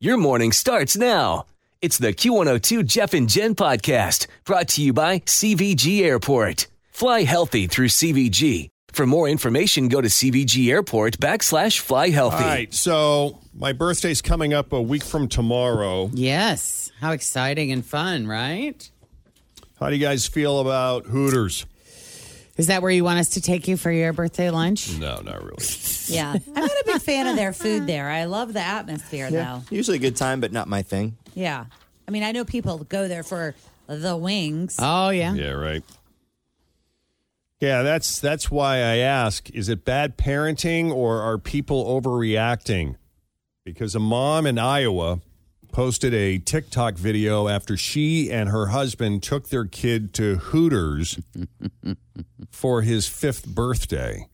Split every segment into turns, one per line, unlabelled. Your morning starts now. It's the Q102 Jeff and Jen podcast brought to you by CVG Airport. Fly healthy through CVG. For more information, go to CVG Airport backslash fly healthy.
All right, so my birthday's coming up a week from tomorrow.
Yes. How exciting and fun, right?
How do you guys feel about Hooters?
Is that where you want us to take you for your birthday lunch?
No, not really.
Yeah. I'm not a big fan of their food there. I love the atmosphere, though.
Usually a good time, but not my thing.
Yeah. I mean, I know people go there for the wings.
Oh, yeah.
Yeah, right. Yeah, that's that's why I ask: Is it bad parenting, or are people overreacting? Because a mom in Iowa posted a TikTok video after she and her husband took their kid to Hooters for his fifth birthday.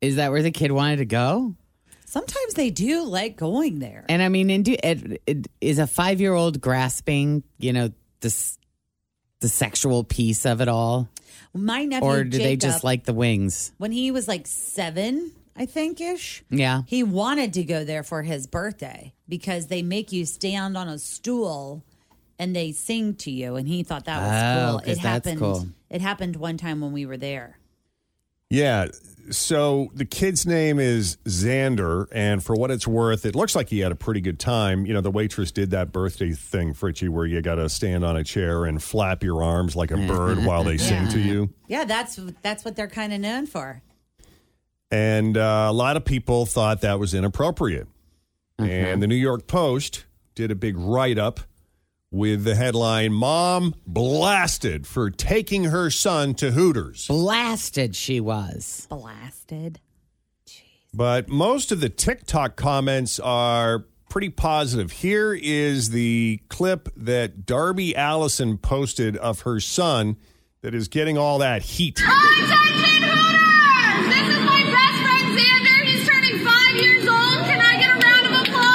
Is that where the kid wanted to go?
Sometimes they do like going there.
And I mean, and do, it, it, is a five year old grasping, you know, this, the sexual piece of it all?
My nephew,
Or do they just
Jacob,
like the wings?
when he was like seven, I think ish.
Yeah.
He wanted to go there for his birthday because they make you stand on a stool and they sing to you, and he thought that was
Oh,
cool.
'cause
It
that's
happened.
cool.
It happened one time when we were there.
Yeah. So the kid's name is Xander, and for what it's worth, it looks like he had a pretty good time. You know, the waitress did that birthday thing, Fritchie, where you got to stand on a chair and flap your arms like a bird while they sing to you.
Yeah, that's that's what they're kind of known for.
And uh, a lot of people thought that was inappropriate. And the New York Post did a big write up with the headline Mom blasted for taking her son to Hooters.
Blasted she was.
Blasted.
But most of the TikTok comments are pretty positive. Here is the clip that Darby Allison posted of her son that is getting all that heat.
Oh, Attention Hooters! This is my best friend Xander. He's turning five years old. Can I get a round of applause?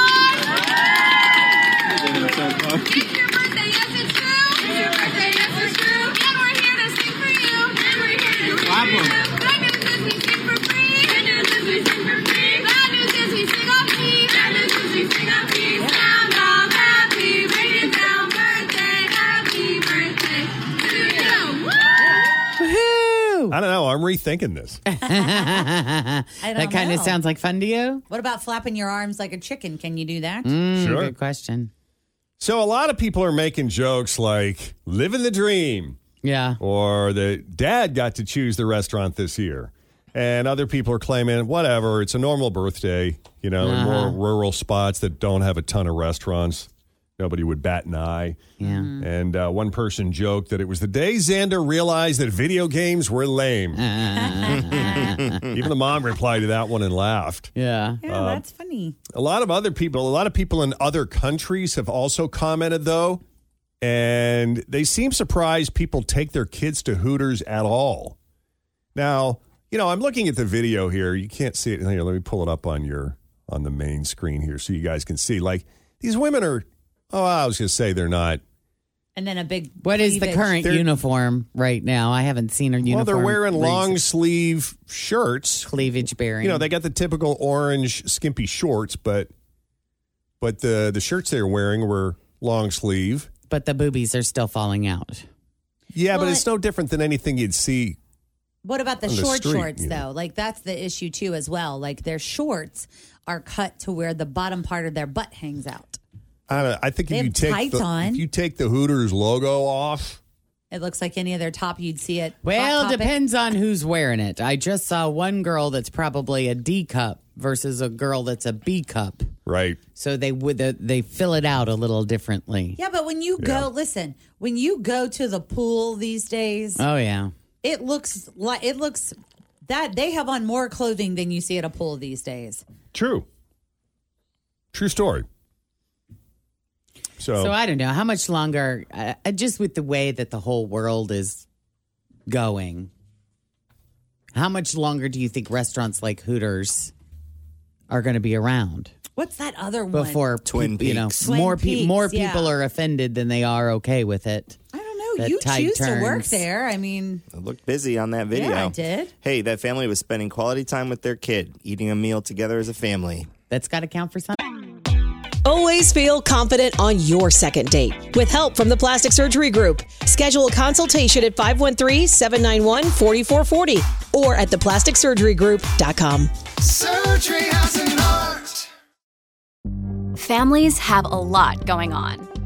It's your birthday, yes it's true. It's your birthday, yes it's true. And we're here to sing for you. And we're here to sing for you. Good news is we sing for free. Good news is we sing for free. Bad news is we sing on key. Bad news is we sing on key. Sound off happy. Bring it down. Birthday, happy birthday to you. Woo!
Woohoo!
I don't know. I'm rethinking this.
I
That
don't
kind of
know.
sounds like fun to you?
What about flapping your arms like a chicken? Can you do that?
Sure.
Good question.
So a lot of people are making jokes like living the dream
Yeah.
or the dad got to choose the restaurant this year. And other people are claiming, whatever, it's a normal birthday, you know, in
Uh-huh.
more rural spots that don't have a ton of restaurants. Nobody would bat an eye.
Yeah.
And uh, one person joked that it was the day Xander realized that video games were lame.
Uh-huh.
Even the mom replied to that one and laughed.
Yeah.
Yeah, that's funny.
A lot of other people, a lot of people in other countries have also commented, though, and they seem surprised people take their kids to Hooters at all. Now, you know, I'm looking at the video here. You can't see it. Here, let me pull it up on your on the main screen here so you guys can see. Like these women are. Oh, I was going to say they're not.
And then a big.
What is the
cleavage.
current
They're-
uniform right now? I haven't seen her
Well,
uniform.
they're wearing
recent-
long sleeve shirts.
cleavage bearing.
You know, they got the typical orange skimpy shorts, but but the the shirts they were wearing were long sleeve.
but the boobies are still falling out.
Yeah, but
Well,
it's no different than anything you'd see
What about the
On the
short
street,
shorts
you know.
though? Like that's the issue too as well. Like their shorts are cut to where the bottom part of their butt hangs out.
I, don't know, I think
They
if you
have
take
tights
the,
on.
if you take the Hooters logo off,
It looks like any other top you'd see it.
Well, depends on who's wearing it. I just saw one girl that's probably a D cup versus a girl that's a B cup.
right?
So they would they- they fill it out a little differently.
Yeah, but when you go, listen, when you go to the pool these days,
Oh yeah.
it looks like it looks that they have on more clothing than you see at a pool these days.
True. True story. So,
So I don't know how much longer. Uh, uh, just with the way that the whole world is going, how much longer do you think restaurants like Hooters are going to be around
What's that other one?
before
Twin
peop- You know,
Peaks.
Twin
more
Peaks,
pe- more
yeah.
people are offended than they are okay with it.
I don't know.
That
You
tide
choose to work
turns.
there. I mean,
It looked busy on that video.
Yeah, I did.
Hey, that family was spending quality time with their kid, eating a meal together as a family.
That's got to count for something.
Always feel confident on your second date. With help from the Plastic Surgery Group, schedule a consultation at 513-791-4440 or at theplasticsurgerygroup.com.
Surgery has an art.
Families have a lot going on.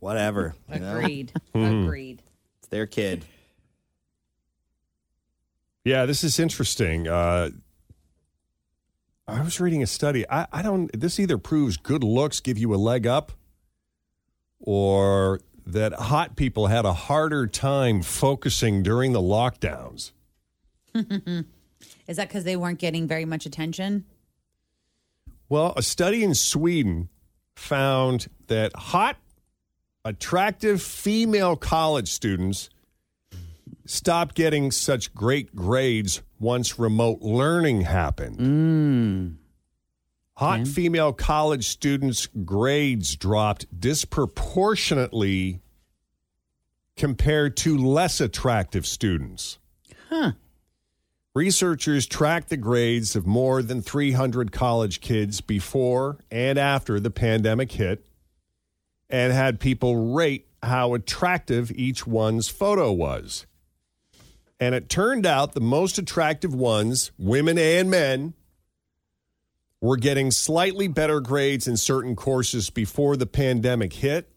Whatever. you know?
agreed.
Hmm.
agreed.
It's their kid.
yeah, this is interesting. Uh, I was reading a study. I, I don't. This either proves good looks give you a leg up, or that hot people had a harder time focusing during the lockdowns.
Is that because they weren't getting very much attention?
Well, a study in Sweden found that hot, attractive female college students stopped getting such great grades once remote learning happened.
Mm.
Hot female college students' grades dropped disproportionately compared to less attractive students.
Huh.
Researchers tracked the grades of more than 300 college kids before and after the pandemic hit and had people rate how attractive each one's photo was. And it turned out the most attractive ones, women and men, were getting slightly better grades in certain courses before the pandemic hit,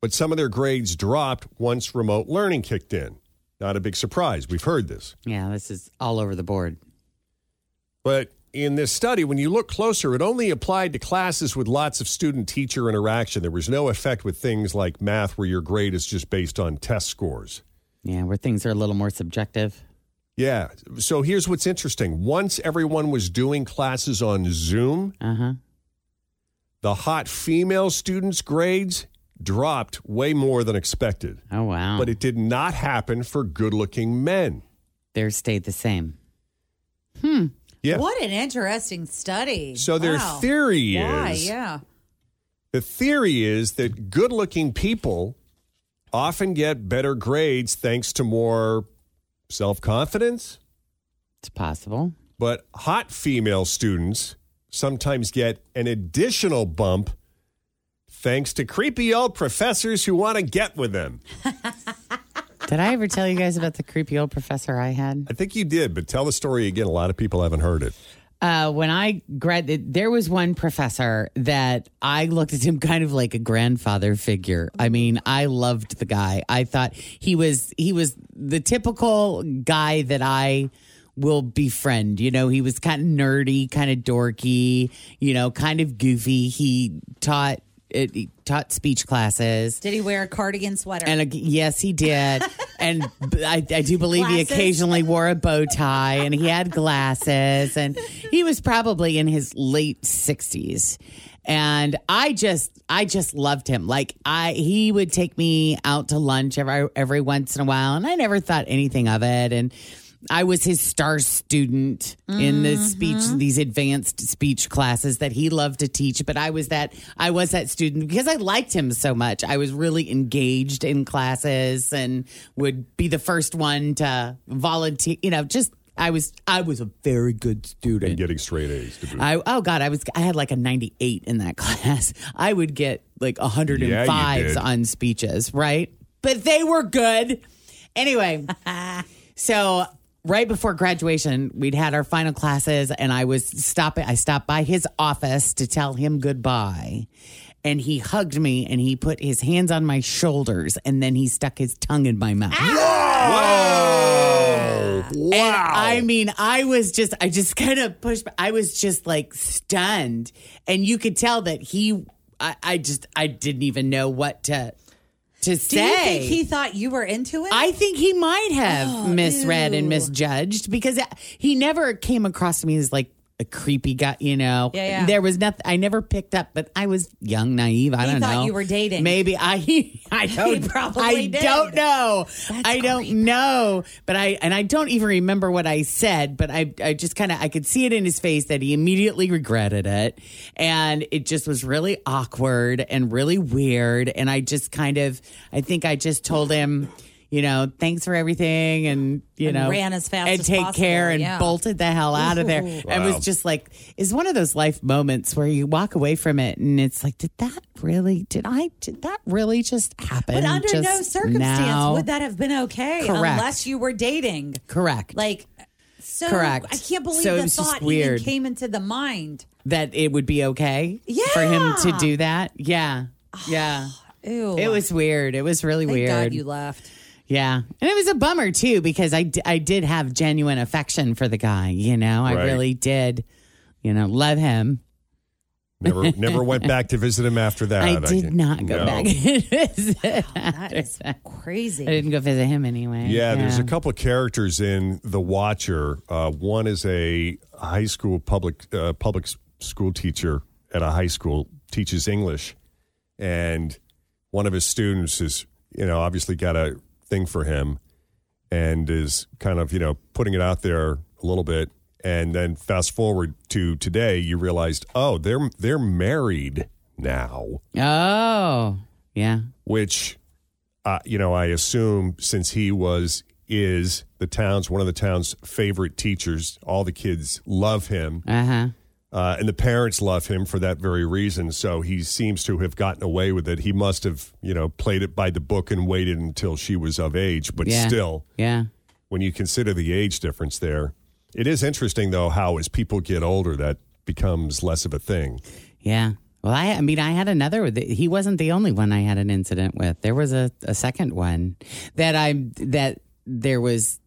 but some of their grades dropped once remote learning kicked in. Not a big surprise. We've heard this.
Yeah, this is all over the board.
But in this study, when you look closer, it only applied to classes with lots of student teacher interaction. There was no effect with things like math, where your grade is just based on test scores.
Yeah, where things are a little more subjective.
Yeah. So here's what's interesting once everyone was doing classes on Zoom,
Uh huh.
the hot female students' grades dropped way more than expected.
Oh wow.
But it did not happen for good looking men.
Theirs stayed the same.
Yeah.
What an interesting study.
So their
Wow.
theory
yeah,
is-
Yeah,
The theory is that good looking people often get better grades thanks to more self confidence,
It's possible.
but hot female students sometimes get an additional bump thanks to creepy old professors who want to get with them.
Did I ever tell you guys about the creepy old professor I had?
I think you did, but tell the story again. A lot of people haven't heard it.
Uh, when I graduated, there was one professor that I looked at him kind of like a grandfather figure. I mean, I loved the guy. I thought he was he was the typical guy that I will befriend. You know, he was kind of nerdy, kind of dorky, you know, kind of goofy. He taught it, he taught speech classes.
Did he wear a cardigan sweater?
And ag- yes, he did. and b- I, I do believe he
Glasses?
occasionally wore a bow tie and he had glasses and he was probably in his late 60s. And I just I just loved him. Like I he would take me out to lunch every every once in a while and I never thought anything of it and I was his star student in the speech, these advanced speech classes that he loved to teach. But I was that I was that student because I liked him so much. I was really engaged in classes and would be the first one to volunteer. You know, just I was I was a very good student.
and getting straight A's. To boot.
I oh god, I was I had like a 98 in that class. I would get like 105s
Yeah, you did.
on speeches, right? But they were good. Anyway, so right before graduation, we'd had our final classes and I was stopping I stopped by his office to tell him goodbye. And he hugged me and he put his hands on my shoulders and then he stuck his tongue in my mouth. Wow. And I mean, I was just, I just kind of pushed, back. I was just like stunned. And you could tell that he, I, I just, I didn't even know what to, to
Do
say.
you think he Oh, thought you were into it?
I think he might have misread and misjudged because he never came across to me as like a creepy guy, you know.
Yeah, yeah.
There was nothing I never picked up, but I was young, naive. I
He
don't
thought
know.
you were dating.
Maybe I I don't
probably
I
did.
don't know. I don't know, but I and I don't even remember what I said, but I I just kind of I could see it in his face that he immediately regretted it and it just was really awkward and really weird and I just kind of I think I just told him you know, thanks for everything, and you
And
know,
ran as fast
and
as
take
possible,
care, and
yeah.
bolted the hell out of there.
Ooh.
And
Wow.
was just like, is one of those life moments where you walk away from it, and it's like, did that really? Did I? Did that really just happen?
But under no
just
circumstance
now?
would that have been okay
Correct.
unless you were dating.
correct
Like so
Correct.
I can't believe
So it
the
was just
thought
weird.
even came into the mind.
that it would be okay for him to
Yeah.
do that? Yeah, yeah.
Ew.
It was weird. It was really
Thank
weird.
God you left.
Yeah. And it was a bummer too because I, d- I did have genuine affection for the guy, you know. I
Right.
really did, you know, love him.
Never, never went back to visit him after that.
I did
can't-
not go
No.
back and visit.
That is crazy.
I didn't go visit him anyway.
Yeah, there's a couple of characters in The Watcher. Uh, one is a high school public uh, public s- school teacher at a high school teaches English, and one of his students is you know obviously got a thing for him, and is kind of you know putting it out there a little bit. And then fast forward to today, you realized oh they're they're married now
Oh, yeah.
which uh, you know I assume since he was is the town's one of the town's favorite teachers, all the kids love him,
Uh huh.
uh, and the parents love him for that very reason. So he seems to have gotten away with it. He must have you know played it by the book and waited until she was of age, but
Yeah.
still,
Yeah.
when you consider the age difference there, it is interesting though how as people get older that becomes less of a thing.
Yeah. Well, I, I mean, I had another. He wasn't the only one I had an incident with. There was a, a second one that I that there was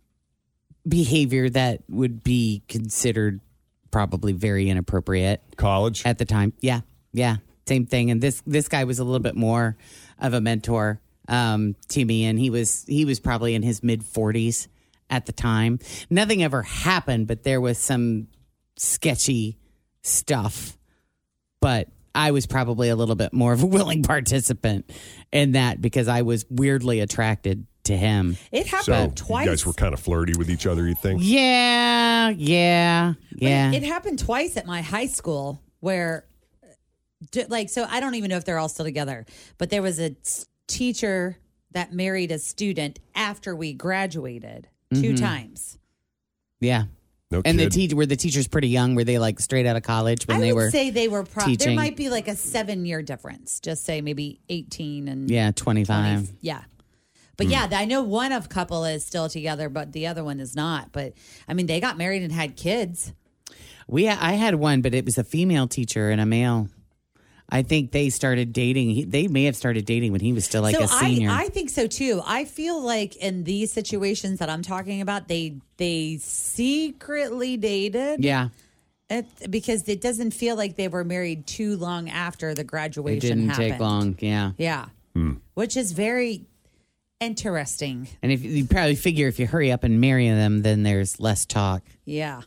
behavior that would be considered probably very inappropriate
College,
at the time. Yeah, yeah, same thing. And this this guy was a little bit more of a mentor um, to me, and he was he was probably in his mid forties at the time. Nothing ever happened, but there was some sketchy stuff. But I was probably a little bit more of a willing participant in that because I was weirdly attracted to him.
It
so
happened
you
twice.
guys were kind of flirty with each other. You think?
Yeah, yeah,
But
yeah.
It happened twice at my high school where, d- like, so I don't even know if they're all still together, but there was a s- teacher that married a student after we graduated two
Mm-hmm.
times.
yeah.
No
And the
kid.
teacher were the teachers pretty young? Were they like straight out of college when
I
they
would
were?
say they were probably, there
teaching.
might be like a seven year difference, just say maybe 18 and
yeah, Mm.
20
25.
Yeah. But yeah, I know one of couple is still together, but the other one is not. But I mean, they got married and had kids.
We I had one, but it was a female teacher and a male. I think they started dating. He, they may have started dating when he was still like
so
a senior.
I, I think so too. I feel like in these situations that I'm talking about, they they secretly dated
yeah,
It- because it doesn't feel like they were married too long after the graduation
it didn't
happened.
take long. Yeah,
Yeah. Which is very interesting.
and if you probably figure if you hurry up and marry them, then there's less talk.
Yeah.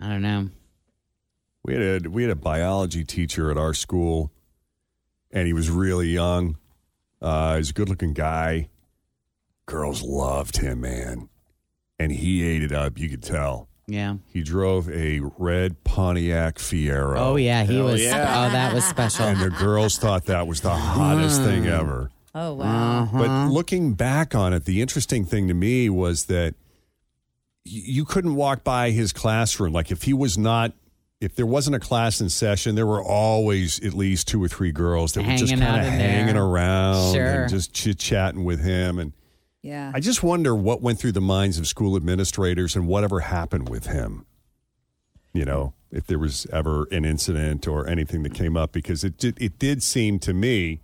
I don't know.
We had a, we had a biology teacher at our school, and he was really young. Uh, he's a good looking guy. Girls loved him, man. and he ate it up. You could tell.
Yeah.
He drove a red Pontiac Fiero.
Oh yeah, he
Hell
was.
yeah.
Oh, that was special.
And the girls thought that was the hottest thing
Mm.
ever.
Oh wow.
Uh, Uh-huh.
But looking back on it, the interesting thing to me was that y- you couldn't walk by his classroom. Like if he was not, if there wasn't a class in session, there were always at least two or three girls that were just
Hanging
kind
out
of
in there.
hanging around
Sure.
and just chit chatting with him. And
Yeah.
I just wonder what went through the minds of school administrators and whatever happened with him. You know, if there was ever an incident or anything that came up, because it did, it did seem to me,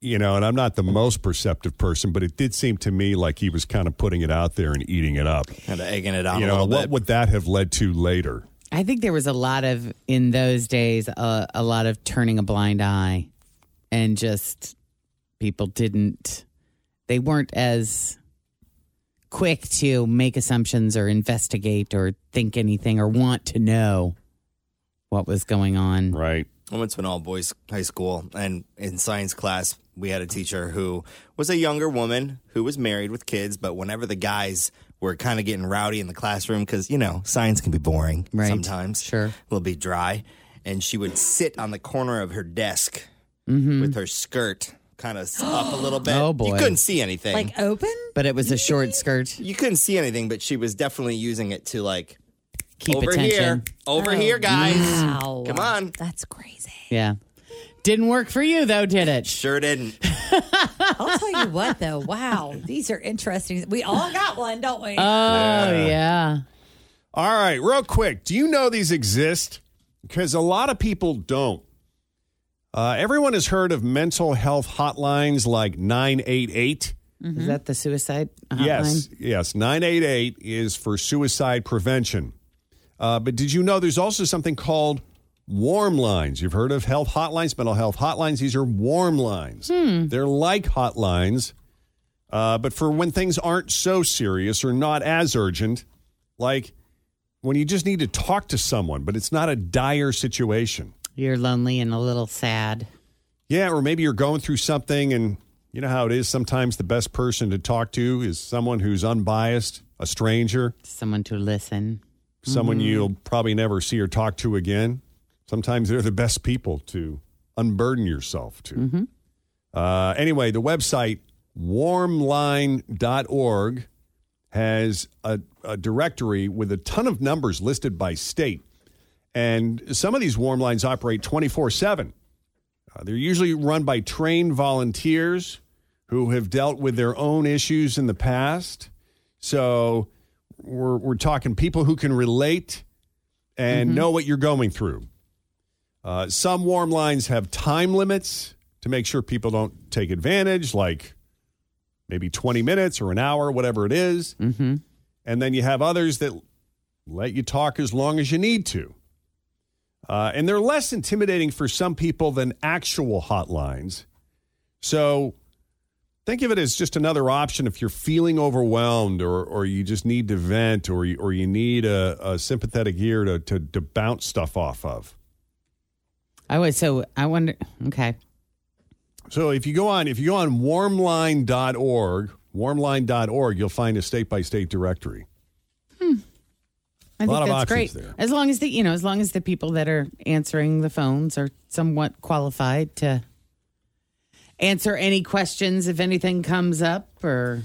you know, and I'm not the most perceptive person, but it did seem to me like he was kind of putting it out there and eating it up.
Kind of egging it on
you
a
know,
little
what
bit.
would that have led to later?
I think there was a lot of in those days a, a lot of turning a blind eye, and just people didn't they weren't as quick to make assumptions or investigate or think anything or want to know what was going on.
Right.
I went to an all boys high school, and in science class, we had a teacher who was a younger woman who was married with kids. But whenever the guys were kind of getting rowdy in the classroom, because, you know, science can be boring
Right.
sometimes,
Sure.
a little bit dry, and she would sit on the corner of her desk
Mhm.
with her skirt kind of up a little bit.
Oh, boy.
You couldn't see anything.
Like open?
But it was a short skirt.
you couldn't see anything, but she was definitely using it to like
Keep
over
attention.
here, over
Oh,
here, guys.
Wow.
Come on.
That's crazy.
Yeah. Didn't work for you though, did it?
Sure didn't.
I'll tell you what though. Wow. These are interesting. We all got one, don't we?
Oh
Yeah.
yeah.
All right, real quick. Do you know these exist? Because a lot of people don't. Uh, everyone has heard of mental health hotlines like 988.
Is that the suicide hotline?
Yes, yes. 988 is for suicide prevention. Uh, but did you know there's also something called warm lines? You've heard of health hotlines, mental health hotlines. These are warm lines. They're like hotlines, uh, but for when things aren't so serious or not as urgent, like when you just need to talk to someone, but it's not a dire situation.
You're lonely and a little sad.
Yeah, or maybe you're going through something and you know how it is. Sometimes the best person to talk to is someone who's unbiased, a stranger,
Someone to listen.
someone you'll probably never see or talk to again. Sometimes they're the best people to unburden yourself to. Uh, anyway, the website warmline.org has a, a directory with a ton of numbers listed by state. And some of these warm lines operate 24 7. They're usually run by trained volunteers who have dealt with their own issues in the past. So we're, we're talking people who can relate and know what you're going through. Uh, some warm lines have time limits to make sure people don't take advantage, like maybe 20 minutes or an hour, whatever it is.
Mm-hmm.
And then you have others that let you talk as long as you need to. Uh, and they're less intimidating for some people than actual hotlines. So think of it as just another option if you're feeling overwhelmed or, or you just need to vent or you, or you need a, a sympathetic ear to, to, to bounce stuff off of.
I was so I wonder. Okay,
So if you go on if you go on warmline.org, warmline.org, you'll find a state by state directory.
I
Lot
think
of
that's great.
options there.
As long as the you know, as long as the people that are answering the phones are somewhat qualified to answer any questions if anything comes up, or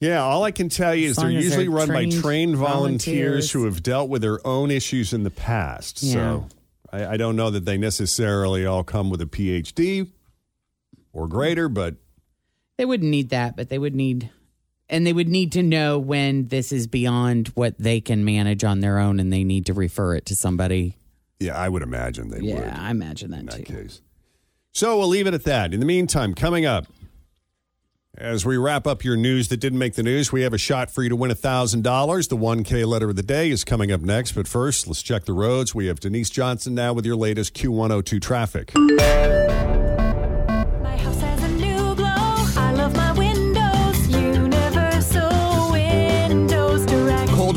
Yeah, all I can tell you
As
is they're
long as
usually
they're
run by
trained
trained volunteers,
volunteers.
who have dealt with their own issues in the past.
Yeah.
So I, I don't know that they necessarily all come with a PhD or greater, but
they wouldn't need that, but they would need. And they would need to know when this is beyond what they can manage on their own, and they need to refer it to somebody.
yeah, I would imagine they
yeah,
would
I imagine that,
in that
too.
case. So we'll leave it at that. In the meantime, coming up, as we wrap up your news that didn't make the news, we have a shot for you to win $1,000. The 1K letter of the day is coming up next. But first, let's check the roads. We have Denise Johnson now with your latest Q102 traffic.
My house has a new glow. I love my windows. Universal Windows Direct.
Cold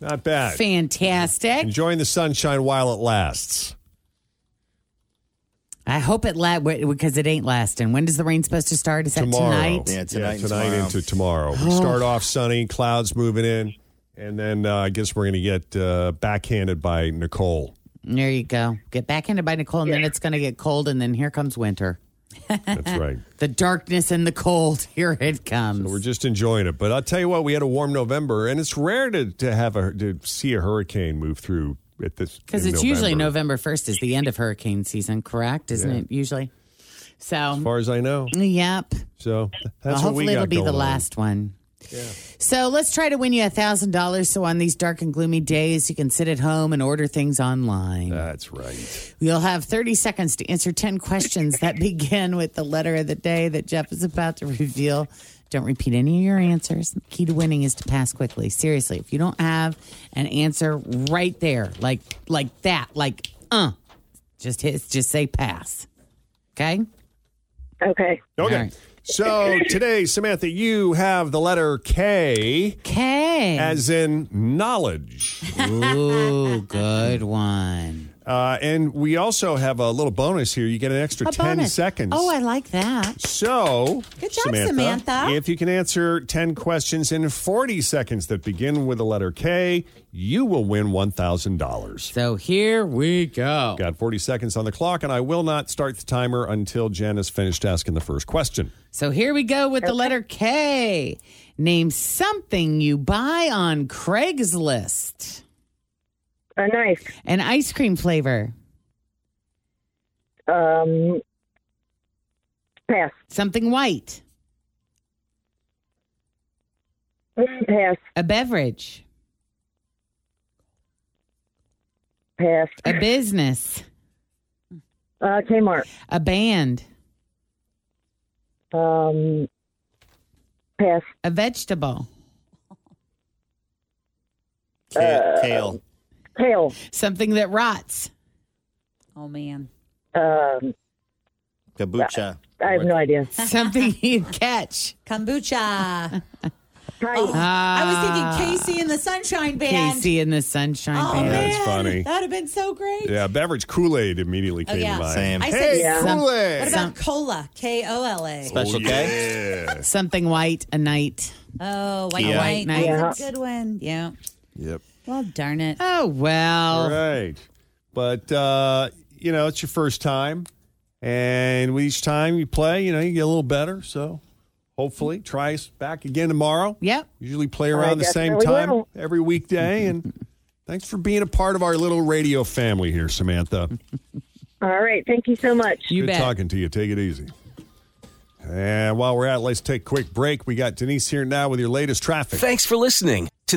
Not bad.
Fantastic.
Enjoying the sunshine while it lasts.
I hope it la- because it ain't lasting. When does the rain supposed to start? Is that
tomorrow.
tonight? Oh.
Yeah, tonight and tomorrow.
into tomorrow. We start off sunny, clouds moving in, and then uh, I guess we're going to get uh, backhanded by Nicole.
There you go. Get back into by Nicole, and then it's going to get cold, and then here comes winter.
That's right.
The darkness and the cold. Here it comes.
We're just enjoying it. But I'll tell you what, we had a warm November, and it's rare to, to have a to see a hurricane move through at this
Because
in
it's usually November 1st is the end of hurricane season, correct? Isn't
Yeah.
it usually?
as
So,
far as I know.
yep.
So
Well,
that's what we
hopefully
got
it'll be the
going on.
last one. So let's try to win you a $1,000 so on these dark and gloomy days you can sit at home and order things online.
That's right.
You'll have 30 seconds to answer 10 questions that begin with the letter of the day that Jeff is about to reveal. Don't repeat any of your answers. The key to winning is to pass quickly. Seriously, if you don't have an answer right there, like like that, like uh, just hit, just say pass. Okay?
Okay.
Okay.
All right.
So today, Samantha, you have the letter K
Okay.
as in knowledge.
Ooh, good one.
Uh, and we also have a little bonus here. You get an extra 10
bonus.
seconds.
Oh, I like that.
So,
Good job, Samantha.
If you can answer 10 questions in 40 seconds that begin with the letter K, you will win $1,000.
So here we go.
Got 40 seconds on the clock, and I will not start the timer until Jen has finished asking the first question.
So here we go with the letter K. Name something you buy on Craigslist.
A knife.
An ice cream flavor.
Um, pass.
Something white.
Pass.
A beverage.
Pass.
A business.
Uh, Kmart.
A band.
Um, pass.
A vegetable.
Ta- Tail.
Tail.
Something that rots.
Oh man.
Um,
Kabucha.
I have no idea.
Something you catch. Ah,
Kombucha. Oh,
Kite.
I was thinking Casey and the Sunshine Band.
Casey in the sunshine
Oh,
band.
man.
That's funny.
That would have been so great.
Yeah, beverage Kool Aid immediately
Oh,
came
yeah.
to mind.
Same.
I said,
Yeah.
Some-
Kool
what
Aid.
about cola? K O L A.
Special K.
something white. A night.
Oh, white
Yeah.
white.
Nice.
That's a good one. Yeah.
Yep.
Well, darn it.
Oh, well.
Right. But, uh, you know, it's your first time. And with each time you play, you know, you get a little better. So hopefully try us back again tomorrow.
Yep.
Usually play around the same
definitely
time
will.
every weekday. And thanks for being a part of our little radio family here, Samantha.
All right. Thank you so much.
You
Good
bet.
talking to you. Take it easy. And while we're at it, let's take a quick break. We got Denise here now with your latest traffic.
Thanks for listening to